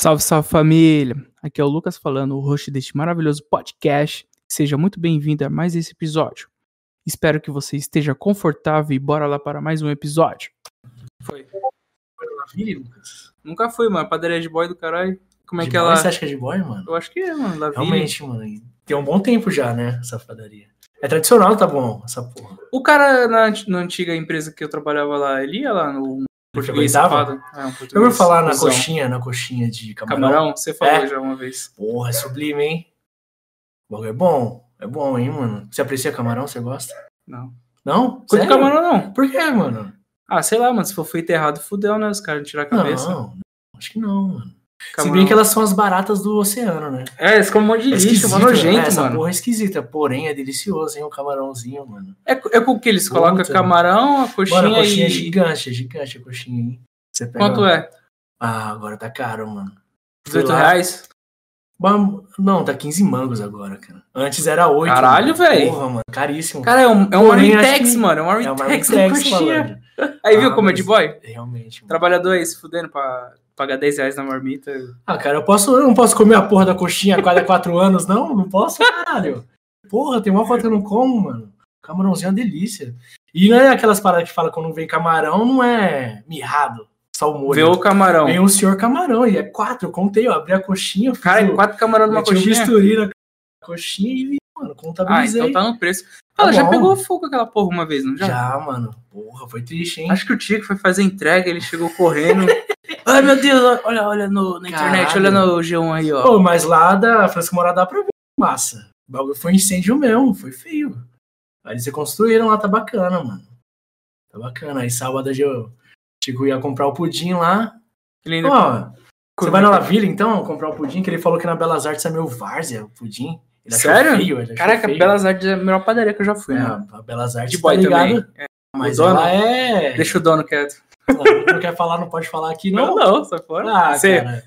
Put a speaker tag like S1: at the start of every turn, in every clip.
S1: Salve, salve família! Aqui é o Lucas falando, o host deste maravilhoso podcast. Seja muito bem-vindo a mais esse episódio. Espero que você esteja confortável e bora lá para mais um episódio. Foi. Lavini, Lucas? Nunca fui, mano. Padaria de boy do caralho. Como é
S2: de
S1: que
S2: boy?
S1: ela.
S2: Você acha que é de boy, mano?
S1: Eu acho que é, mano. Lavini.
S2: Realmente, mano. e Tem um bom tempo já, né? Essa padaria. É tradicional, tá bom, essa porra.
S1: O cara na, ant- na antiga empresa que eu trabalhava lá, ele ia lá no português
S2: Portuguesava?
S1: safado. É, um português.
S2: Eu ouvi falar na
S1: cuzão.
S2: coxinha, na coxinha de camarão.
S1: Camarão? Você falou
S2: É.
S1: já uma vez.
S2: Porra, é sublime, hein? O bagulho é bom. É bom, hein, mano? Você aprecia camarão? Você gosta?
S1: Não.
S2: Não?
S1: Curto
S2: Sério?
S1: camarão não.
S2: Por quê, mano?
S1: Ah, sei lá, mano. Se for feito errado, fudeu, né? Os caras tirar a cabeça.
S2: Não, acho que não, mano.
S1: Camarão.
S2: Se bem que elas são as baratas do oceano, né?
S1: É, eles comem um monte de
S2: É
S1: lixo, mó
S2: esquisito, né?
S1: nojento,
S2: Essa
S1: mano.
S2: porra é esquisita, porém é delicioso, hein? O camarãozinho, mano.
S1: É, co- é com o que eles colocam
S2: Puta.
S1: camarão, a coxinha,
S2: mano, a coxinha
S1: e...
S2: é gigante, é gigante a coxinha, hein? Você pega
S1: Quanto é?
S2: Ah, agora tá caro, mano.
S1: 18
S2: Sei lá.
S1: reais?
S2: Bam- Não, tá 15 mangos agora, cara. Antes era 8.
S1: Caralho, véi.
S2: Porra, mano, caríssimo.
S1: Cara, é um, é um
S2: Porém,
S1: Armitex,
S2: acho que-
S1: mano. É um
S2: é uma
S1: Armitex na
S2: Marmitex,
S1: coxinha.
S2: malandro.
S1: Aí viu
S2: Ah,
S1: como é
S2: mas-
S1: de boy?
S2: Realmente, mano.
S1: Trabalhador aí se fudendo pra pagar 10 reais na marmita.
S2: Ah, cara, eu, posso, eu não posso comer a porra da coxinha a cada 4 anos, não? Não posso, caralho. Porra, tem uma foto que eu não como, mano. Camarãozinho é uma delícia. E não é aquelas paradas que fala quando vem camarão, não é mirrado, só o molho.
S1: Vê o camarão.
S2: Vem o senhor camarão, e é quatro, eu contei, eu abri a coxinha, fiz
S1: Cara, é
S2: o-
S1: quatro camarão numa
S2: meti um
S1: coxinha.
S2: bisturi na coxinha e, mano,
S1: Ah,
S2: contabilizei.
S1: então tá no preço. Ela já
S2: bom.
S1: pegou fogo aquela porra uma vez, não já?
S2: Já? mano. Porra, foi triste, hein?
S1: Acho que o Tico foi fazer entrega, ele chegou correndo. Ai, meu Deus, olha, olha no, na internet, olha
S2: Caralho.
S1: no G1 aí, ó.
S2: Pô, mas lá da Francisco Moura dá pra ver massa. O bagulho foi incêndio mesmo, foi feio. Aí eles reconstruíram lá, tá bacana, mano. Tá bacana. Aí sábado eu Chico ia comprar o pudim lá.
S1: Ele ainda
S2: Ó, você
S1: comeu
S2: vai na
S1: aquela-
S2: Lavilha então comprar o pudim? Que ele falou que na Belas Artes é meu várzea, o pudim. Ele achou
S1: Sério?
S2: Feio, ele achou
S1: Caraca,
S2: feio.
S1: Belas Artes é a melhor padaria que eu já fui,
S2: É,
S1: né?
S2: a Belas Artes,
S1: De boy
S2: tá ligado?
S1: também.
S2: Mas
S1: O dono-
S2: ela é...
S1: Deixa o dono quieto.
S2: Não quer falar, não pode falar aqui, não.
S1: não, sai fora.
S2: Ah,
S1: Você-
S2: cara.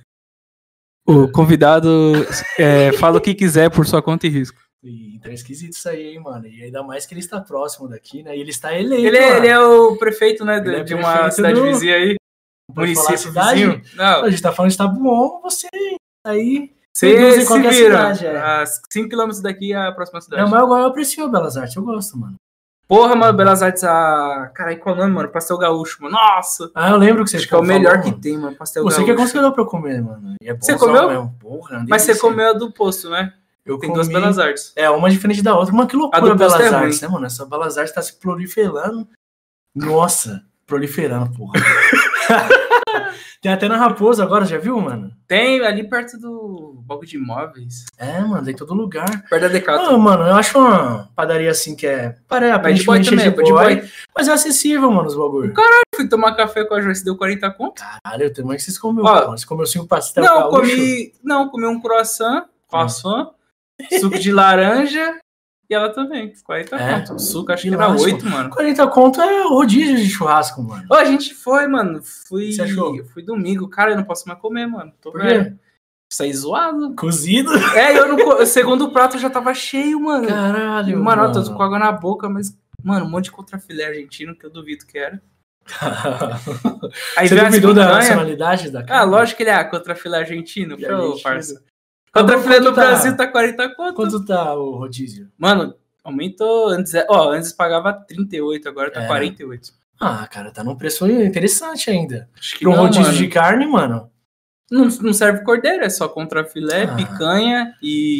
S1: O convidado é, fala o que quiser por sua conta e risco.
S2: E, então é esquisito isso aí, hein, mano. E ainda mais que ele está próximo daqui, né? E ele está eleito.
S1: Ele é,
S2: mano.
S1: ele é o prefeito, né, de,
S2: Ele é
S1: de uma
S2: prefeito
S1: cidade
S2: do-
S1: vizinha aí,
S2: Não pode falar a
S1: município
S2: cidade.
S1: vizinho.
S2: A
S1: Não,
S2: gente tá falando de Tabuão, você aí. produz
S1: você
S2: em
S1: se
S2: qualquer
S1: vira.
S2: cidade, é.
S1: A 5 km daqui é a próxima cidade.
S2: Não, mas agora eu aprecio Belas Artes, eu gosto, mano.
S1: Porra, mano, Belas Artes, a... Caralho, qual o nome, mano? Pastel Gaúcho, mano. Nossa!
S2: Ah, eu lembro que você
S1: Acho que é o melhor que
S2: mano.
S1: tem, mano, pastel
S2: Você que é
S1: gaúcho.
S2: aconselhou pra eu comer, mano. E é bom
S1: Você
S2: só
S1: comeu?
S2: mesmo. Porra, é uma
S1: Mas você
S2: delícia.
S1: comeu a do posto, né?
S2: Eu
S1: Tem duas
S2: comi-
S1: Belas Artes.
S2: É, uma diferente da outra. Mano, que
S1: A
S2: loucura
S1: do posto
S2: Belas
S1: é
S2: Artes, né, mano? Essa Belas Artes tá se proliferando. Nossa, proliferando, porra. Tem até na Raposa agora, já viu, mano?
S1: Tem ali perto do banco de imóveis.
S2: É, mano, em todo lugar.
S1: Perto da Decathlon.
S2: Ah, mano, eu acho uma padaria assim que é. Parei,
S1: tá. Mas de boy
S2: aparentemente é
S1: também,
S2: de
S1: é
S2: boy,
S1: de boy.
S2: Mas é acessível, mano, os bagulho.
S1: Fui tomar café com a Joyce, deu 40 conto.
S2: Caralho, tem mais que vocês comeu,
S1: Ó,
S2: mano. Você comeu cinco pastel
S1: não,
S2: gaúcho?
S1: comi. Não, comi um croissant, croissant, suco de laranja e ela também. 40
S2: Ah. É?
S1: conto. O suco acho que
S2: Que
S1: era
S2: lasco.
S1: 8, mano.
S2: 40 conto é rodízio de churrasco, mano.
S1: Ô, a gente foi, mano. Fui.
S2: Você achou?
S1: Fui domingo. Cara, eu não posso mais comer, mano. Tô
S2: Por
S1: velho.
S2: quê? tá
S1: Saí zoado.
S2: Cozido?
S1: É, eu não. co- o segundo prato já tava cheio, mano.
S2: Caralho.
S1: mano, eu tô com água na boca, mas. Mano, um monte de contrafilé argentino que eu duvido que era. Aí
S2: Você
S1: veio a
S2: duvidou da
S1: picanha.
S2: nacionalidade da
S1: Ah,
S2: cara?
S1: lógico que ele é ah, contra filé argentino,
S2: Ele é
S1: pô,
S2: argentino.
S1: parça. Contra filé do
S2: quanto tá?
S1: Brasil tá 40 conto.
S2: Quanto tá o rodízio?
S1: Mano, aumentou. Antes, é- ó, antes pagava 38, agora tá
S2: É.
S1: 48.
S2: Ah, cara, tá num preço interessante ainda.
S1: Acho que né?
S2: Pra um
S1: não,
S2: rodízio
S1: mano.
S2: de carne, mano.
S1: Não, não serve cordeiro, é só contra filé,
S2: Ah.
S1: picanha e.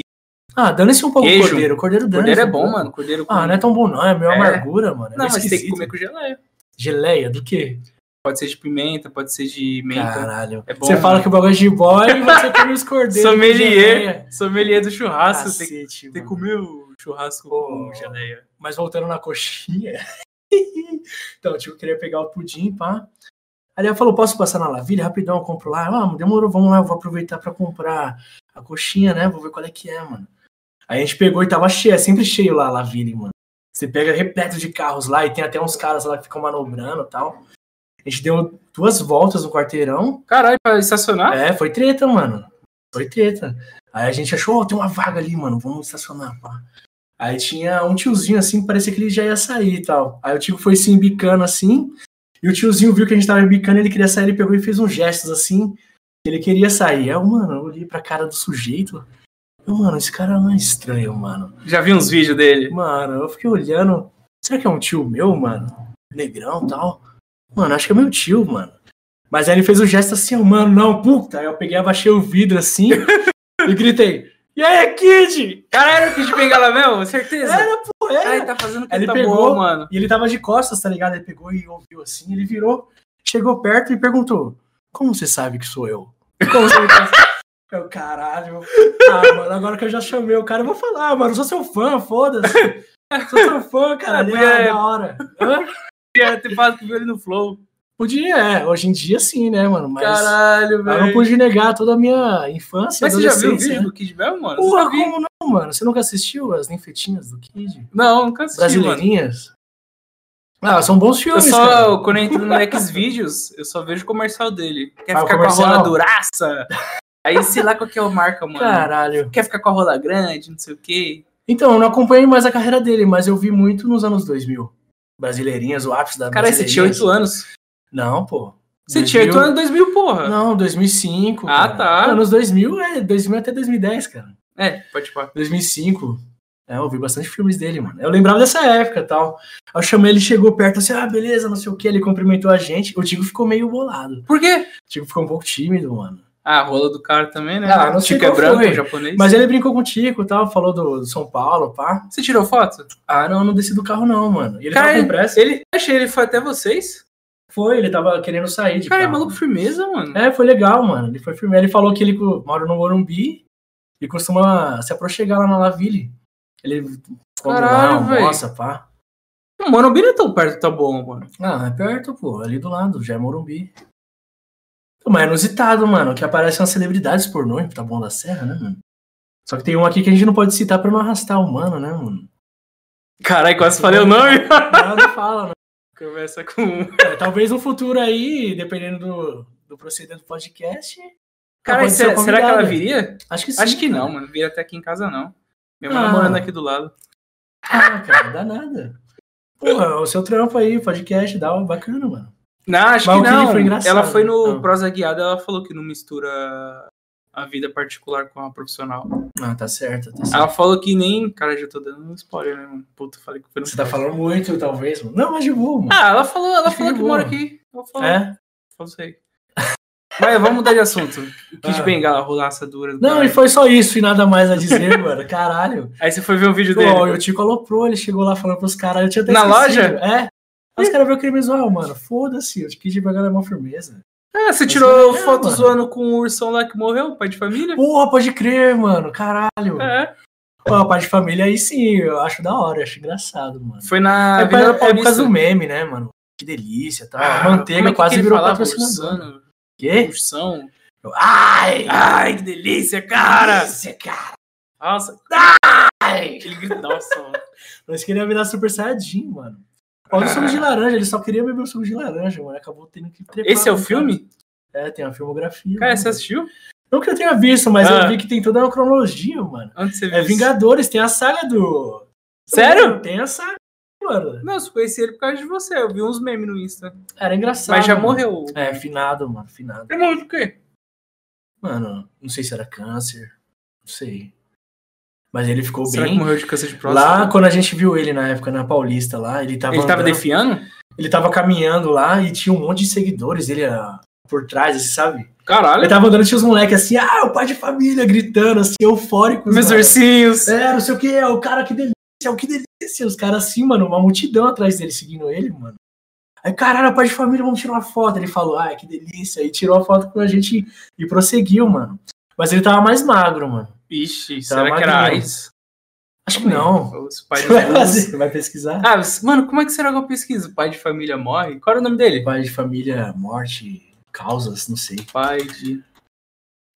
S2: Ah, dane-se um pouco o
S1: Queijo.
S2: cordeiro. O cordeiro dane
S1: Cordeiro é bom, mano. Cordeiro com.
S2: Ah, não é tão bom não, é meio
S1: É.
S2: amargura, mano. É
S1: Não,
S2: meio
S1: mas tem que
S2: esquisito.
S1: comer com geleia.
S2: Geleia, do quê?
S1: Pode ser de pimenta, pode ser de menta.
S2: Caralho.
S1: É bom,
S2: você fala
S1: mano.
S2: que o bagulho é de boy e você come os cordeiros. com geleia.
S1: Sommelier, sommelier do churrasco. Tem que,
S2: Cacete,
S1: tem que
S2: mano.
S1: comer o churrasco
S2: Pô.
S1: com geleia.
S2: Mas voltando na coxinha. então, tipo, eu queria pegar o pudim, pá. Aí ela falou, posso passar na Lavilha? Rapidão, eu compro lá. Eu, Ah, demorou, vamos lá, eu vou aproveitar pra comprar a coxinha, né? Vou ver qual é que é, mano. Aí a gente pegou e tava cheio, é sempre cheio lá a Lavilha, mano. Você pega repleto de carros lá e tem até uns caras lá que ficam manobrando e tal. A gente deu duas voltas no quarteirão.
S1: Caralho, pra estacionar?
S2: É, foi treta, mano. Foi treta. Aí a gente achou, ó, tem uma vaga ali, mano, vamos estacionar, pá. Aí tinha um tiozinho assim, parecia que ele já ia sair e tal. Aí o tio foi se embicando assim, e o tiozinho viu que a gente tava embicando, ele queria sair, ele pegou e fez uns gestos assim. Ele queria sair. Eu, mano, eu olhei pra cara do sujeito. Eu, mano, esse cara não é estranho, mano.
S1: Já vi uns vídeos dele.
S2: Mano, eu fiquei olhando. Será que é um tio meu, mano? Negrão e tal. Mano, acho que é meu tio, mano. Mas aí ele fez o gesto assim, ó, mano, não, puta. Aí eu peguei, abaixei o vidro assim e gritei. E aí, Kid?
S1: Caralho, que de bengala mesmo, certeza.
S2: Era, pô,
S1: Cara,
S2: era.
S1: ele tá fazendo que
S2: Ele
S1: tá
S2: pegou-
S1: bom, mano.
S2: E ele tava de costas, tá ligado? Ele pegou e ouviu assim, ele virou, chegou perto e perguntou: Como você sabe que sou eu? Como você me conhece?" Eu, caralho. Ah, mano, agora que eu já chamei o cara, eu vou falar, mano, eu sou seu fã, foda-se. Sou seu fã, cara,
S1: Ah,
S2: ele
S1: mulher.
S2: é da hora.
S1: Queria ter falado que viu ele no flow.
S2: Podia, é, hoje em dia sim, né, mano? Mas
S1: Caralho,
S2: eu não
S1: velho.
S2: pude negar toda a minha infância.
S1: Mas você já viu o
S2: adolescência,
S1: vídeo
S2: né?
S1: do Kid mesmo, mano? Você
S2: Porra,
S1: já viu?
S2: como não, mano? Você nunca assistiu as ninfetinhas do Kid?
S1: Não, nunca assisti, mano.
S2: Brasileirinhas? Ah, são bons
S1: Eu
S2: filmes, cara.
S1: só, quando eu entro no Xvideos, eu só vejo o comercial dele. Quer
S2: Ah, o
S1: ficar com a rola
S2: comercial?
S1: duraça? Aí sei lá qual que é o marca, mano.
S2: Caralho.
S1: Quer ficar com a rola grande, não sei o quê.
S2: Então, eu não acompanhei mais a carreira dele, mas eu vi muito nos anos 2000. Brasileirinhas, o ápice da
S1: Cara, você tinha 8 anos.
S2: Não, pô.
S1: Você tinha 8 anos em 2000, porra.
S2: Não, 2005.
S1: Ah,
S2: cara.
S1: tá.
S2: Anos 2000 é 2000 até 2010, cara.
S1: É, pode falar.
S2: 2005. É, eu vi bastante filmes dele, mano. Eu lembrava dessa época e tal. Aí eu chamei ele, chegou perto, assim, ah, beleza, não sei o que. Ele cumprimentou a gente. O Tigo ficou meio bolado.
S1: Por quê?
S2: O Tigo ficou um pouco tímido, mano.
S1: Ah, a rola do cara também, né?
S2: Ah, não sei
S1: Chico é
S2: qual
S1: branco,
S2: foi.
S1: japonês.
S2: Mas ele brincou com o Tico e tal, falou do, do São Paulo, pá.
S1: Você tirou foto?
S2: Ah, não, eu não desci do carro não, mano. E ele
S1: Cara,
S2: tava com pressa.
S1: Ele, achei ele foi até vocês.
S2: Foi, ele tava querendo sair de
S1: Cara, é
S2: carro.
S1: maluco firmeza, mano.
S2: É, foi legal, mano. Ele foi firme. Ele falou que ele co- mora no Morumbi e costuma se aproxegar lá na Laville. Ele come lá,
S1: Caralho, véi.
S2: almoça, pá.
S1: O Morumbi não é tão perto, tá bom, mano.
S2: Ah, é perto, pô. Ali do lado, já é Morumbi. Mas é inusitado, mano, que aparecem umas celebridades pornô em Taboão da Serra, né, mano? Só que tem um aqui que a gente não pode citar pra não arrastar o mano, né, mano?
S1: Caralho, quase falei o nome.
S2: Não, não fala, não.
S1: Começa com. um.
S2: É, talvez no futuro aí, dependendo do, do proceder do podcast... ela
S1: Cara,
S2: pode ser
S1: será, será que ela
S2: convidada.
S1: viria?
S2: Acho que sim.
S1: Acho que
S2: cara.
S1: não, mano. Viria até aqui em casa, não. Minha mãe
S2: Ah.
S1: morando aqui do lado.
S2: Ah, cara, dá nada. Porra, o seu trampo aí, podcast, dá uma bacana, mano.
S1: Não, acho
S2: Mas
S1: que
S2: o que
S1: não.
S2: foi engraçado.
S1: ela foi no
S2: Ah.
S1: Prosa Guiada, ela falou que não mistura a vida particular com a profissional.
S2: Ah, tá certo, tá certo.
S1: Ela falou que nem. Cara, já tô dando um spoiler, né, mano? Puta, falei que foi no.
S2: Você tá falando muito, talvez, mano. Não, mas de boa, mano.
S1: Ah, ela falou, ela
S2: Acho que
S1: falou que
S2: de boa.
S1: mora aqui. Ela falou,
S2: É?
S1: não sei. Mas vamos mudar de assunto. Kid
S2: Ah.
S1: Bengala, rolaça dura. do
S2: Não,
S1: caralho.
S2: e foi só isso e nada mais a dizer, mano. Caralho.
S1: Aí você foi ver o vídeo dele.
S2: Pô, o Tico aloprou, ele chegou lá falando pros caras. Eu tinha até
S1: Na
S2: esquecido.
S1: loja?
S2: É. Aí Os caras viram aquele visual, mano. Foda-se, o Tico de Bagana é uma firmeza.
S1: Ah, você tirou
S2: Mas é,
S1: foto
S2: mano.
S1: zoando com o ursão lá que morreu, pai de família?
S2: Porra, pode crer, mano. Caralho.
S1: É.
S2: Pô, a parte de família aí sim, eu acho da hora, eu acho engraçado, mano.
S1: Foi na
S2: é, pra,
S1: Avenida
S2: é por
S1: Ah, Paulista.
S2: causa do meme, né, mano? Que delícia, tá?
S1: Ah, como
S2: Manteiga
S1: é que
S2: quase
S1: ele
S2: virou
S1: falava?
S2: patrocinador.
S1: Ursano,
S2: Quê?
S1: Ursão.
S2: Ai!
S1: Ai, que delícia, cara!
S2: Delícia, cara!
S1: Nossa, aquele grito. Nossa, mano.
S2: Nós queríamos virar Super Saiyajin, mano. Olha o suco de laranja, ele só queria beber o suco de laranja, mano. Acabou tendo que trepar.
S1: Esse é o
S2: né,
S1: filme?
S2: cara? É, tem a filmografia.
S1: Cara,
S2: mano.
S1: você assistiu?
S2: Não que eu tenha visto, mas
S1: Ah.
S2: eu vi que tem toda uma cronologia, mano.
S1: Antes você viu
S2: É
S1: isso?
S2: Vingadores, tem a saga do.
S1: Sério?
S2: Tem a saga, mano.
S1: Não, eu conheci ele por causa de você. Eu vi uns memes no Insta.
S2: Era engraçado.
S1: Mas já
S2: mano.
S1: morreu.
S2: É, finado, mano, finado.
S1: Ele morreu de quê?
S2: Mano, não sei se era câncer, não sei. Mas ele ficou
S1: Será que
S2: bem.
S1: morreu de câncer de próstata?
S2: Lá, quando a gente viu ele na época, na Paulista lá, ele tava.
S1: ele tava
S2: andando-
S1: defiando?
S2: ele tava caminhando lá e tinha um monte de seguidores ele ah, por trás, assim, sabe? Ele
S1: Caralho.
S2: tava andando, tinha os moleques assim, ah, o pai de família, gritando, assim, eufóricos.
S1: Meus
S2: mano.
S1: ursinhos.
S2: É, não sei o que, é o cara, que delícia, é o que delícia. Os caras assim, mano, uma multidão atrás dele, seguindo ele, mano. Aí, caralho, o pai de família, vamos tirar uma foto. Ele falou, ai, que delícia. E tirou a foto com a gente e prosseguiu, mano. Mas ele tava mais magro, mano.
S1: Ixi,
S2: Tava
S1: será que era
S2: magrinho.
S1: AIDS?
S2: Acho que não. assim.
S1: Os pais
S2: Você vai
S1: dos-
S2: fazer, vai pesquisar.
S1: Ah, mas, mano, como é que será que eu pesquiso? Pai de família morre? Qual era o nome dele?
S2: Pai de família, morte, causas, não sei.
S1: Pai de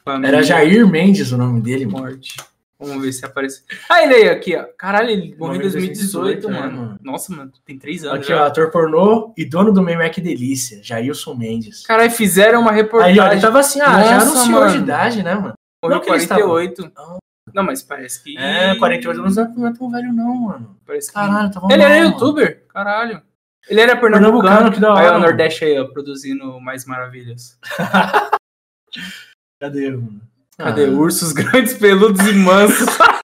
S1: família
S2: Era Jair Mendes o nome dele, mano.
S1: morte. Vamos ver se aparece. Ah, ele aí, aqui, ó. Caralho, ele morreu em
S2: Morreu em
S1: 2018,
S2: 2018,
S1: mano.
S2: é, mano.
S1: Nossa, mano, tem três anos.
S2: Aqui, ó,
S1: já.
S2: ator pornô e dono do meme É Que Delícia, Jailson Mendes.
S1: Caralho, fizeram uma reportagem.
S2: Aí, ó, ele tava assim, ah, já
S1: Nossa,
S2: anunciou
S1: mano.
S2: de idade, né, mano?
S1: Morreu
S2: não que ele estava-
S1: 48.
S2: Ah.
S1: Não, mas parece que.
S2: É, 48 anos não é tão velho não, mano. é
S1: Parece que.
S2: Caralho, tava
S1: Ele
S2: mal,
S1: era
S2: mano.
S1: youtuber? Caralho. Ele era pernambucano.
S2: Pernambucano, que da
S1: Aí, ó,
S2: hora,
S1: o Nordeste aí, ó, produzindo mais maravilhas.
S2: Cadê, mano?
S1: Cadê?
S2: Ah.
S1: Ursos grandes, peludos e mansos.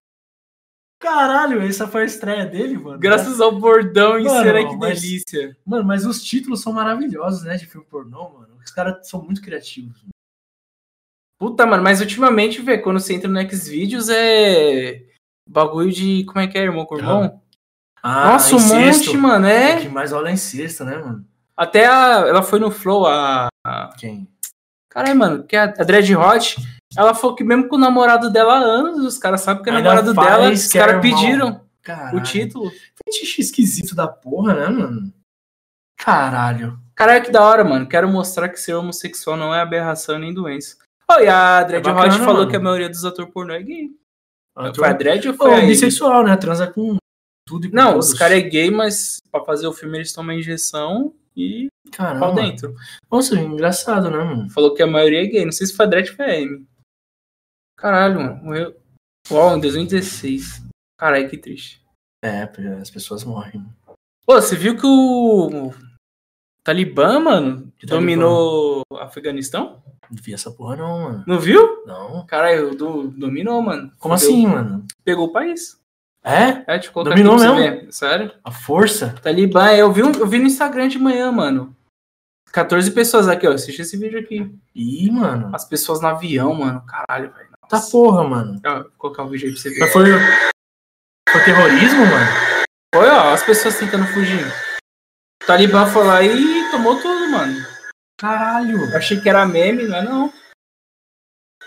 S2: Caralho, essa foi a estreia dele, mano.
S1: Graças ao bordão em
S2: Mano,
S1: Será Que
S2: mas-
S1: Delícia.
S2: Mano, mas os títulos são maravilhosos, né? De filme pornô, mano. Os caras são muito criativos.
S1: Puta, mano, mas ultimamente, vê, quando você entra no Xvideos é. Bagulho de. Como é que é, irmão com irmão?
S2: Ah,
S1: Nossa, um monte, mano,
S2: É.
S1: é.
S2: que mais rola é incesto, né, mano?
S1: Até a, ela foi no Flow, a.
S2: Quem?
S1: Caralho, mano, que é a, a Dread Hot. Ela falou que mesmo com o namorado dela há anos, os caras sabem que é
S2: Ainda
S1: namorado
S2: faz
S1: dela, os
S2: que é
S1: caras
S2: irmão.
S1: pediram
S2: Caralho.
S1: o título.
S2: Fetiche esquisito da porra, né, mano? Caralho.
S1: Caralho, que da hora, mano. Quero mostrar que ser homossexual não é aberração nem doença. Oh, e a Dread
S2: É bacana,
S1: Hot falou
S2: mano.
S1: que a maioria dos atores pornô é gay. Foi a
S2: Ator...
S1: Dread ou foi a
S2: Ou
S1: Iggy?
S2: bissexual, né? Transa com tudo e com
S1: Não,
S2: todos.
S1: os caras é gay, mas pra fazer o filme eles tomam injeção e
S2: Caramba.
S1: pau dentro.
S2: Nossa, engraçado, né, mano?
S1: Falou que a maioria é gay. Não sei se foi a Dredd ou foi a Amy. Caralho, mano. Morreu. Uau, em 2016. Caralho, que triste.
S2: É, porque as pessoas morrem.
S1: Pô, você viu que o Talibã, mano,
S2: Que Talibã?
S1: dominou o Afeganistão?
S2: Não vi essa porra, não, mano.
S1: Não viu?
S2: Não.
S1: Caralho, do, dominou, mano.
S2: Como
S1: Fudeu.
S2: assim, mano?
S1: Pegou o país.
S2: É?
S1: É, te colocar
S2: Dominou
S1: aqui pra você
S2: mesmo?
S1: ver. Sério?
S2: A força?
S1: Talibã, eu vi, um- eu vi no Instagram de manhã, mano. 14 pessoas aqui, ó. Assiste esse vídeo aqui.
S2: Ih, mano.
S1: As pessoas no avião, mano. Caralho, velho.
S2: Tá porra, mano.
S1: Ó, Vou colocar o vídeo aí pra você ver.
S2: Mas foi. Foi terrorismo, mano?
S1: Foi, ó, as pessoas tentando fugir. O Talibã foi lá e tomou tudo, mano.
S2: Caralho.
S1: Eu achei que era meme, não é não.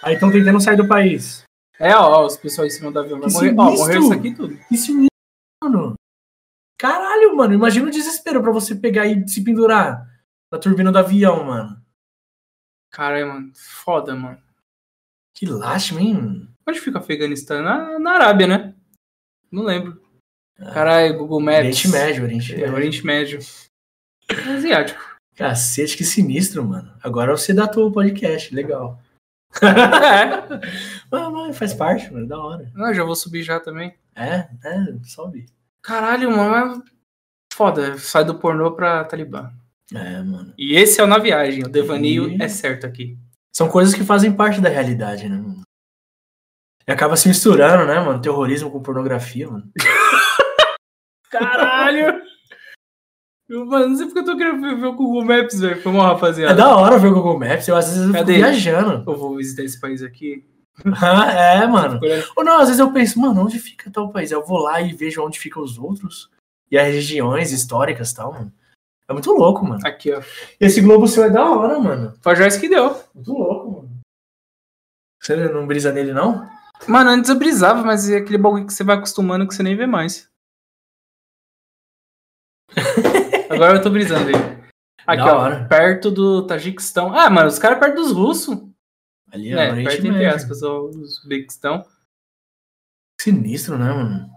S2: Aí estão tentando sair do país.
S1: É, ó, os pessoal em cima do avião. Vai
S2: Que
S1: morrer. Ó,
S2: sinistro!
S1: morreu isso aqui tudo.
S2: Que sinistro, mano. Caralho, mano. Imagina o desespero pra você pegar e se pendurar na turbina do avião, mano.
S1: Caralho, mano. Foda, mano.
S2: Que lástima, hein?
S1: Onde fica o Afeganistão? Na, na Arábia, né? Não lembro. É. Caralho, Google Maps.
S2: Oriente Médio, Oriente
S1: É,
S2: Médio.
S1: Oriente Médio. Asiático.
S2: Cacete, que sinistro, mano. Agora você datou o podcast, legal.
S1: é.
S2: Ah, mas faz parte, mano, da hora.
S1: Ah, já vou subir já também.
S2: É, é, sobe.
S1: Caralho, mano. é Foda, sai do pornô pra Talibã.
S2: É, mano.
S1: E esse é o Na Viagem, o devaneio
S2: E-
S1: é certo aqui.
S2: São coisas que fazem parte da realidade, né, mano? E acaba se misturando, né, mano? Terrorismo com pornografia, mano.
S1: Caralho! Eu, Mano, não sei porque eu tô querendo ver ver o Google Maps, velho. Foi mal,
S2: É
S1: rapaziada.
S2: da hora ver o Google Maps, eu às vezes eu fico
S1: Cadê?
S2: viajando.
S1: Eu vou visitar esse país aqui.
S2: Ah, é, mano.
S1: Fico olhando.
S2: Ou não, às vezes eu penso, mano, onde fica tal país? Eu vou lá e vejo onde ficam os outros. E as regiões históricas e tal, mano. É muito louco, mano.
S1: Aqui, ó.
S2: Esse globo seu é da hora, mano.
S1: Fajós que deu.
S2: Muito louco, mano. Você não brisa nele, não?
S1: Mano, antes eu brisava, mas é aquele bagulho que você vai acostumando que você nem vê mais. Agora eu tô brisando aí. Aqui,
S2: Da
S1: ó.
S2: hora.
S1: Perto do Tajiquistão. Ah, mano, os caras perto dos russos.
S2: Ali
S1: É,
S2: é, Oriente
S1: perto, entre
S2: Médio.
S1: aspas, os Uzbequistão,
S2: Sinistro, né, mano?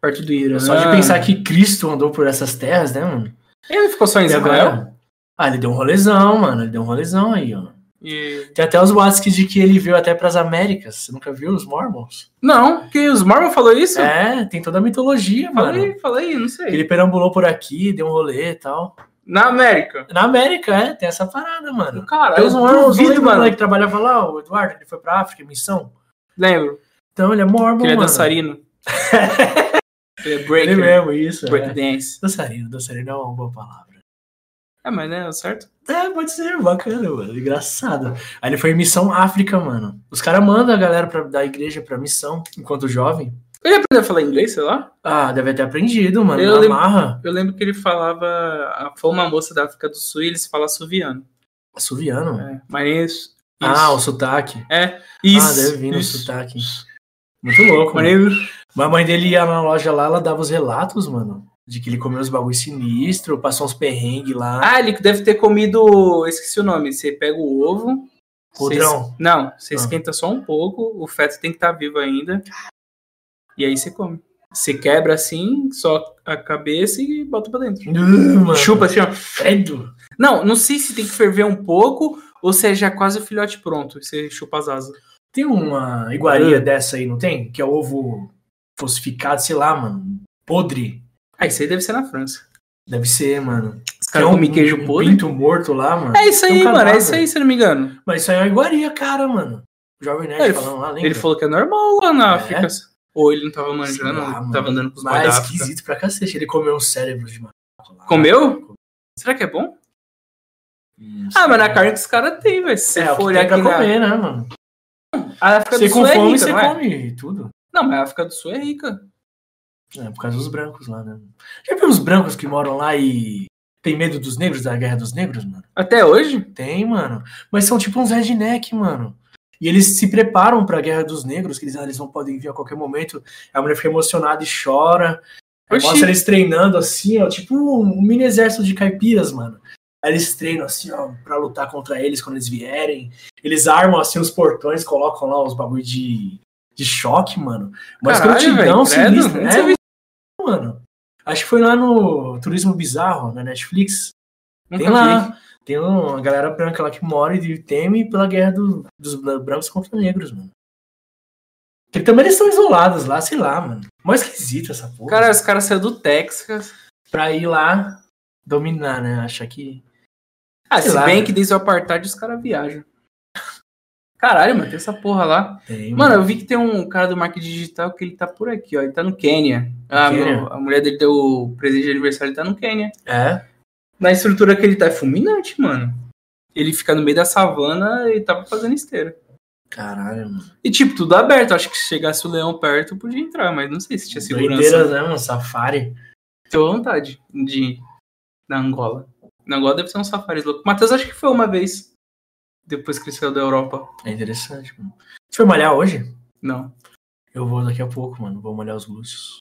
S1: perto do Irã.
S2: Só de pensar que Cristo andou por essas terras, né, mano?
S1: Ele ficou só em
S2: E
S1: Israel.
S2: agora? Ah, ele deu um rolezão, mano. Ele deu um rolezão aí, ó.
S1: E...
S2: Tem até os boatos que de que ele veio até pras Américas. Você nunca viu os Mormons?
S1: Não, que os Mormon falou isso?
S2: É, tem toda a mitologia,
S1: Fala
S2: mano.
S1: aí, fala aí, não sei.
S2: Ele perambulou por aqui, deu um rolê e tal.
S1: Na América.
S2: Na América, é, tem essa parada, mano.
S1: Cara,
S2: Tem
S1: eu
S2: uns Mormons,
S1: duvido,
S2: lembra, mano,
S1: mano.
S2: que trabalhava lá, o Eduardo, ele foi pra África, em missão.
S1: Lembro,
S2: Então, ele é Mormon,
S1: que ele é
S2: mano.
S1: dançarino. ele é
S2: Ele
S1: breaker,
S2: mesmo, isso. É.
S1: breakdance.
S2: Dançarino, dançarino é uma boa palavra.
S1: É, mas né, certo?
S2: É, pode ser, bacana, mano. Engraçado. Aí ele foi em missão África, mano. Os caras mandam a galera pra, da igreja pra missão, enquanto jovem.
S1: Ele aprendeu a falar inglês, sei lá.
S2: Ah, deve ter aprendido, mano.
S1: Eu
S2: na
S1: lembro-
S2: marra.
S1: Eu lembro que ele falava... a- Foi uma moça da África do Sul e eles falam suviano.
S2: Assoviano.
S1: É, mas isso.
S2: Ah, o sotaque.
S1: É, isso.
S2: ah, deve vir no
S1: isso.
S2: sotaque. Muito louco, mano.
S1: Maneiro.
S2: Mas a mãe dele ia na loja lá, ela dava os relatos, mano. De que ele comeu uns bagulho sinistro, passou uns perrengues lá.
S1: Ah, ele deve ter comido. Esqueci o nome. Você pega o ovo. você
S2: Podrão.
S1: es- Não, você
S2: Ah.
S1: esquenta só um pouco. O feto tem que estar vivo ainda. E aí você come. Você quebra assim, só a cabeça e bota pra dentro.
S2: Uh, mano. é
S1: Chupa assim, ó.
S2: Credo.
S1: Não, não sei se tem que ferver um pouco ou se é já quase o filhote pronto. e Você chupa as asas.
S2: Tem uma
S1: Ah.
S2: iguaria dessa aí, não tem? Que é ovo falsificado, sei lá, mano. Podre.
S1: Ah, isso aí deve ser na França.
S2: Deve ser, mano.
S1: Os caras comem queijo podre.
S2: É pinto um morto lá, mano.
S1: É isso
S2: Tem um
S1: aí, mano. É
S2: cadáver.
S1: isso aí, se não me engano.
S2: Mas isso aí é uma iguaria, cara, mano. O Jovem Nerd
S1: Ele-
S2: falando lá, lembra?
S1: Ele falou que é normal lá na
S2: É?
S1: África. Ou ele não tava
S2: Sei
S1: manjando,
S2: lá, mano.
S1: tava andando com os boys da
S2: Mas
S1: África.
S2: esquisito pra cacete. Ele comeu um cérebro de macaco lá.
S1: Comeu? Será que é bom? Ah, mas na carne que os caras têm, velho. Se você
S2: É, o que
S1: for
S2: tem
S1: olhar aqui
S2: pra
S1: na-
S2: comer, né, mano?
S1: A África
S2: Você
S1: do
S2: com
S1: Sul é
S2: fome,
S1: rica,
S2: você
S1: não é?
S2: come tudo.
S1: Não, mas a África do Sul é rica.
S2: É, por causa dos brancos lá, né? Já viu os brancos que moram lá e tem medo dos negros, da guerra dos negros, mano?
S1: Até hoje?
S2: Tem, mano. Mas são tipo uns redneck, mano. E eles se preparam pra guerra dos negros, que eles, ah, eles não podem vir a qualquer momento. A mulher fica emocionada e chora. Aí
S1: Oxi.
S2: Mostra eles treinando assim, ó, tipo um mini exército de caipiras, mano. Aí eles treinam assim, ó, pra lutar contra eles quando eles vierem. Eles armam assim os portões, colocam lá os bagulho de, de choque, mano. Mas
S1: Caralho,
S2: escrotidão
S1: velho. credo,
S2: sinistra,
S1: nunca
S2: né?
S1: vi-
S2: mano. Acho que foi lá no Turismo Bizarro, na Netflix.
S1: Nunca
S2: tem lá.
S1: vi.
S2: Tem um, uma galera branca lá que mora e teme pela guerra do- dos blan- brancos contra negros, mano. Porque também eles estão isolados lá, sei lá, mano. Mó esquisita essa porra.
S1: Cara, os caras saíram do Texas.
S2: pra ir lá dominar, né? Achar que.
S1: Ah,
S2: Sei
S1: se
S2: lá,
S1: bem
S2: velho.
S1: que desde o apartheid os caras viajam. Caralho, mano, tem essa porra lá.
S2: Tem,
S1: Mano, eu vi que tem um cara do marketing digital que ele tá por aqui, ó. Ele tá no Quênia. Ah,
S2: Quênia?
S1: meu, a mulher dele deu o presente de aniversário, ele tá no Quênia.
S2: É.
S1: Na estrutura que ele tá é fulminante, mano. Ele fica no meio da savana e tava fazendo esteira.
S2: Caralho, mano.
S1: E tipo, tudo aberto. Acho que se chegasse o leão perto, podia entrar, mas não sei se tinha segurança.
S2: Doideiras, né, mano? Safari.
S1: Tenho vontade de ir na Angola. Na Angola deve ser um safari louco. Matheus, acho que foi uma vez. Depois que ele saiu da Europa.
S2: É interessante, mano. Você foi malhar hoje?
S1: Não.
S2: Eu vou daqui a pouco, mano. Vou molhar os glúteos.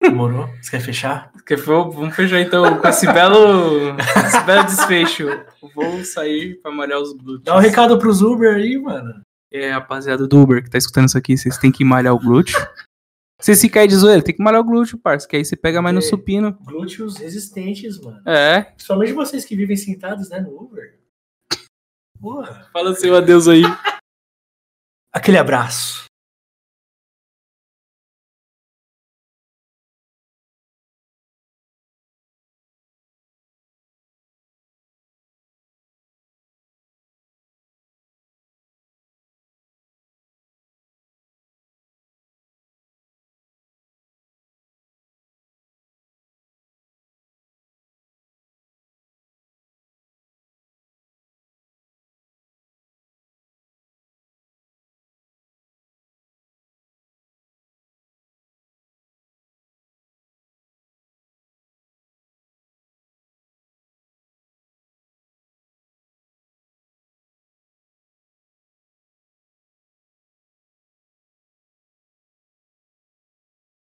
S2: Demorou? Você quer fechar?
S1: Porque foi- vamos fechar então com esse belo, esse belo desfecho. Vou sair pra molhar os glúteos.
S2: Dá um recado pros Uber aí, mano.
S1: É, rapaziada do Uber que tá escutando isso aqui, vocês têm que malhar o glúteo. Vocês se caem de zoeira, tem que malhar o glúteo, parça. Que aí você pega mais no
S2: É.
S1: supino.
S2: Glúteos resistentes, mano.
S1: É.
S2: Principalmente vocês que vivem sentados, né, no Uber. Boa.
S1: Fala seu adeus aí.
S2: Aquele abraço.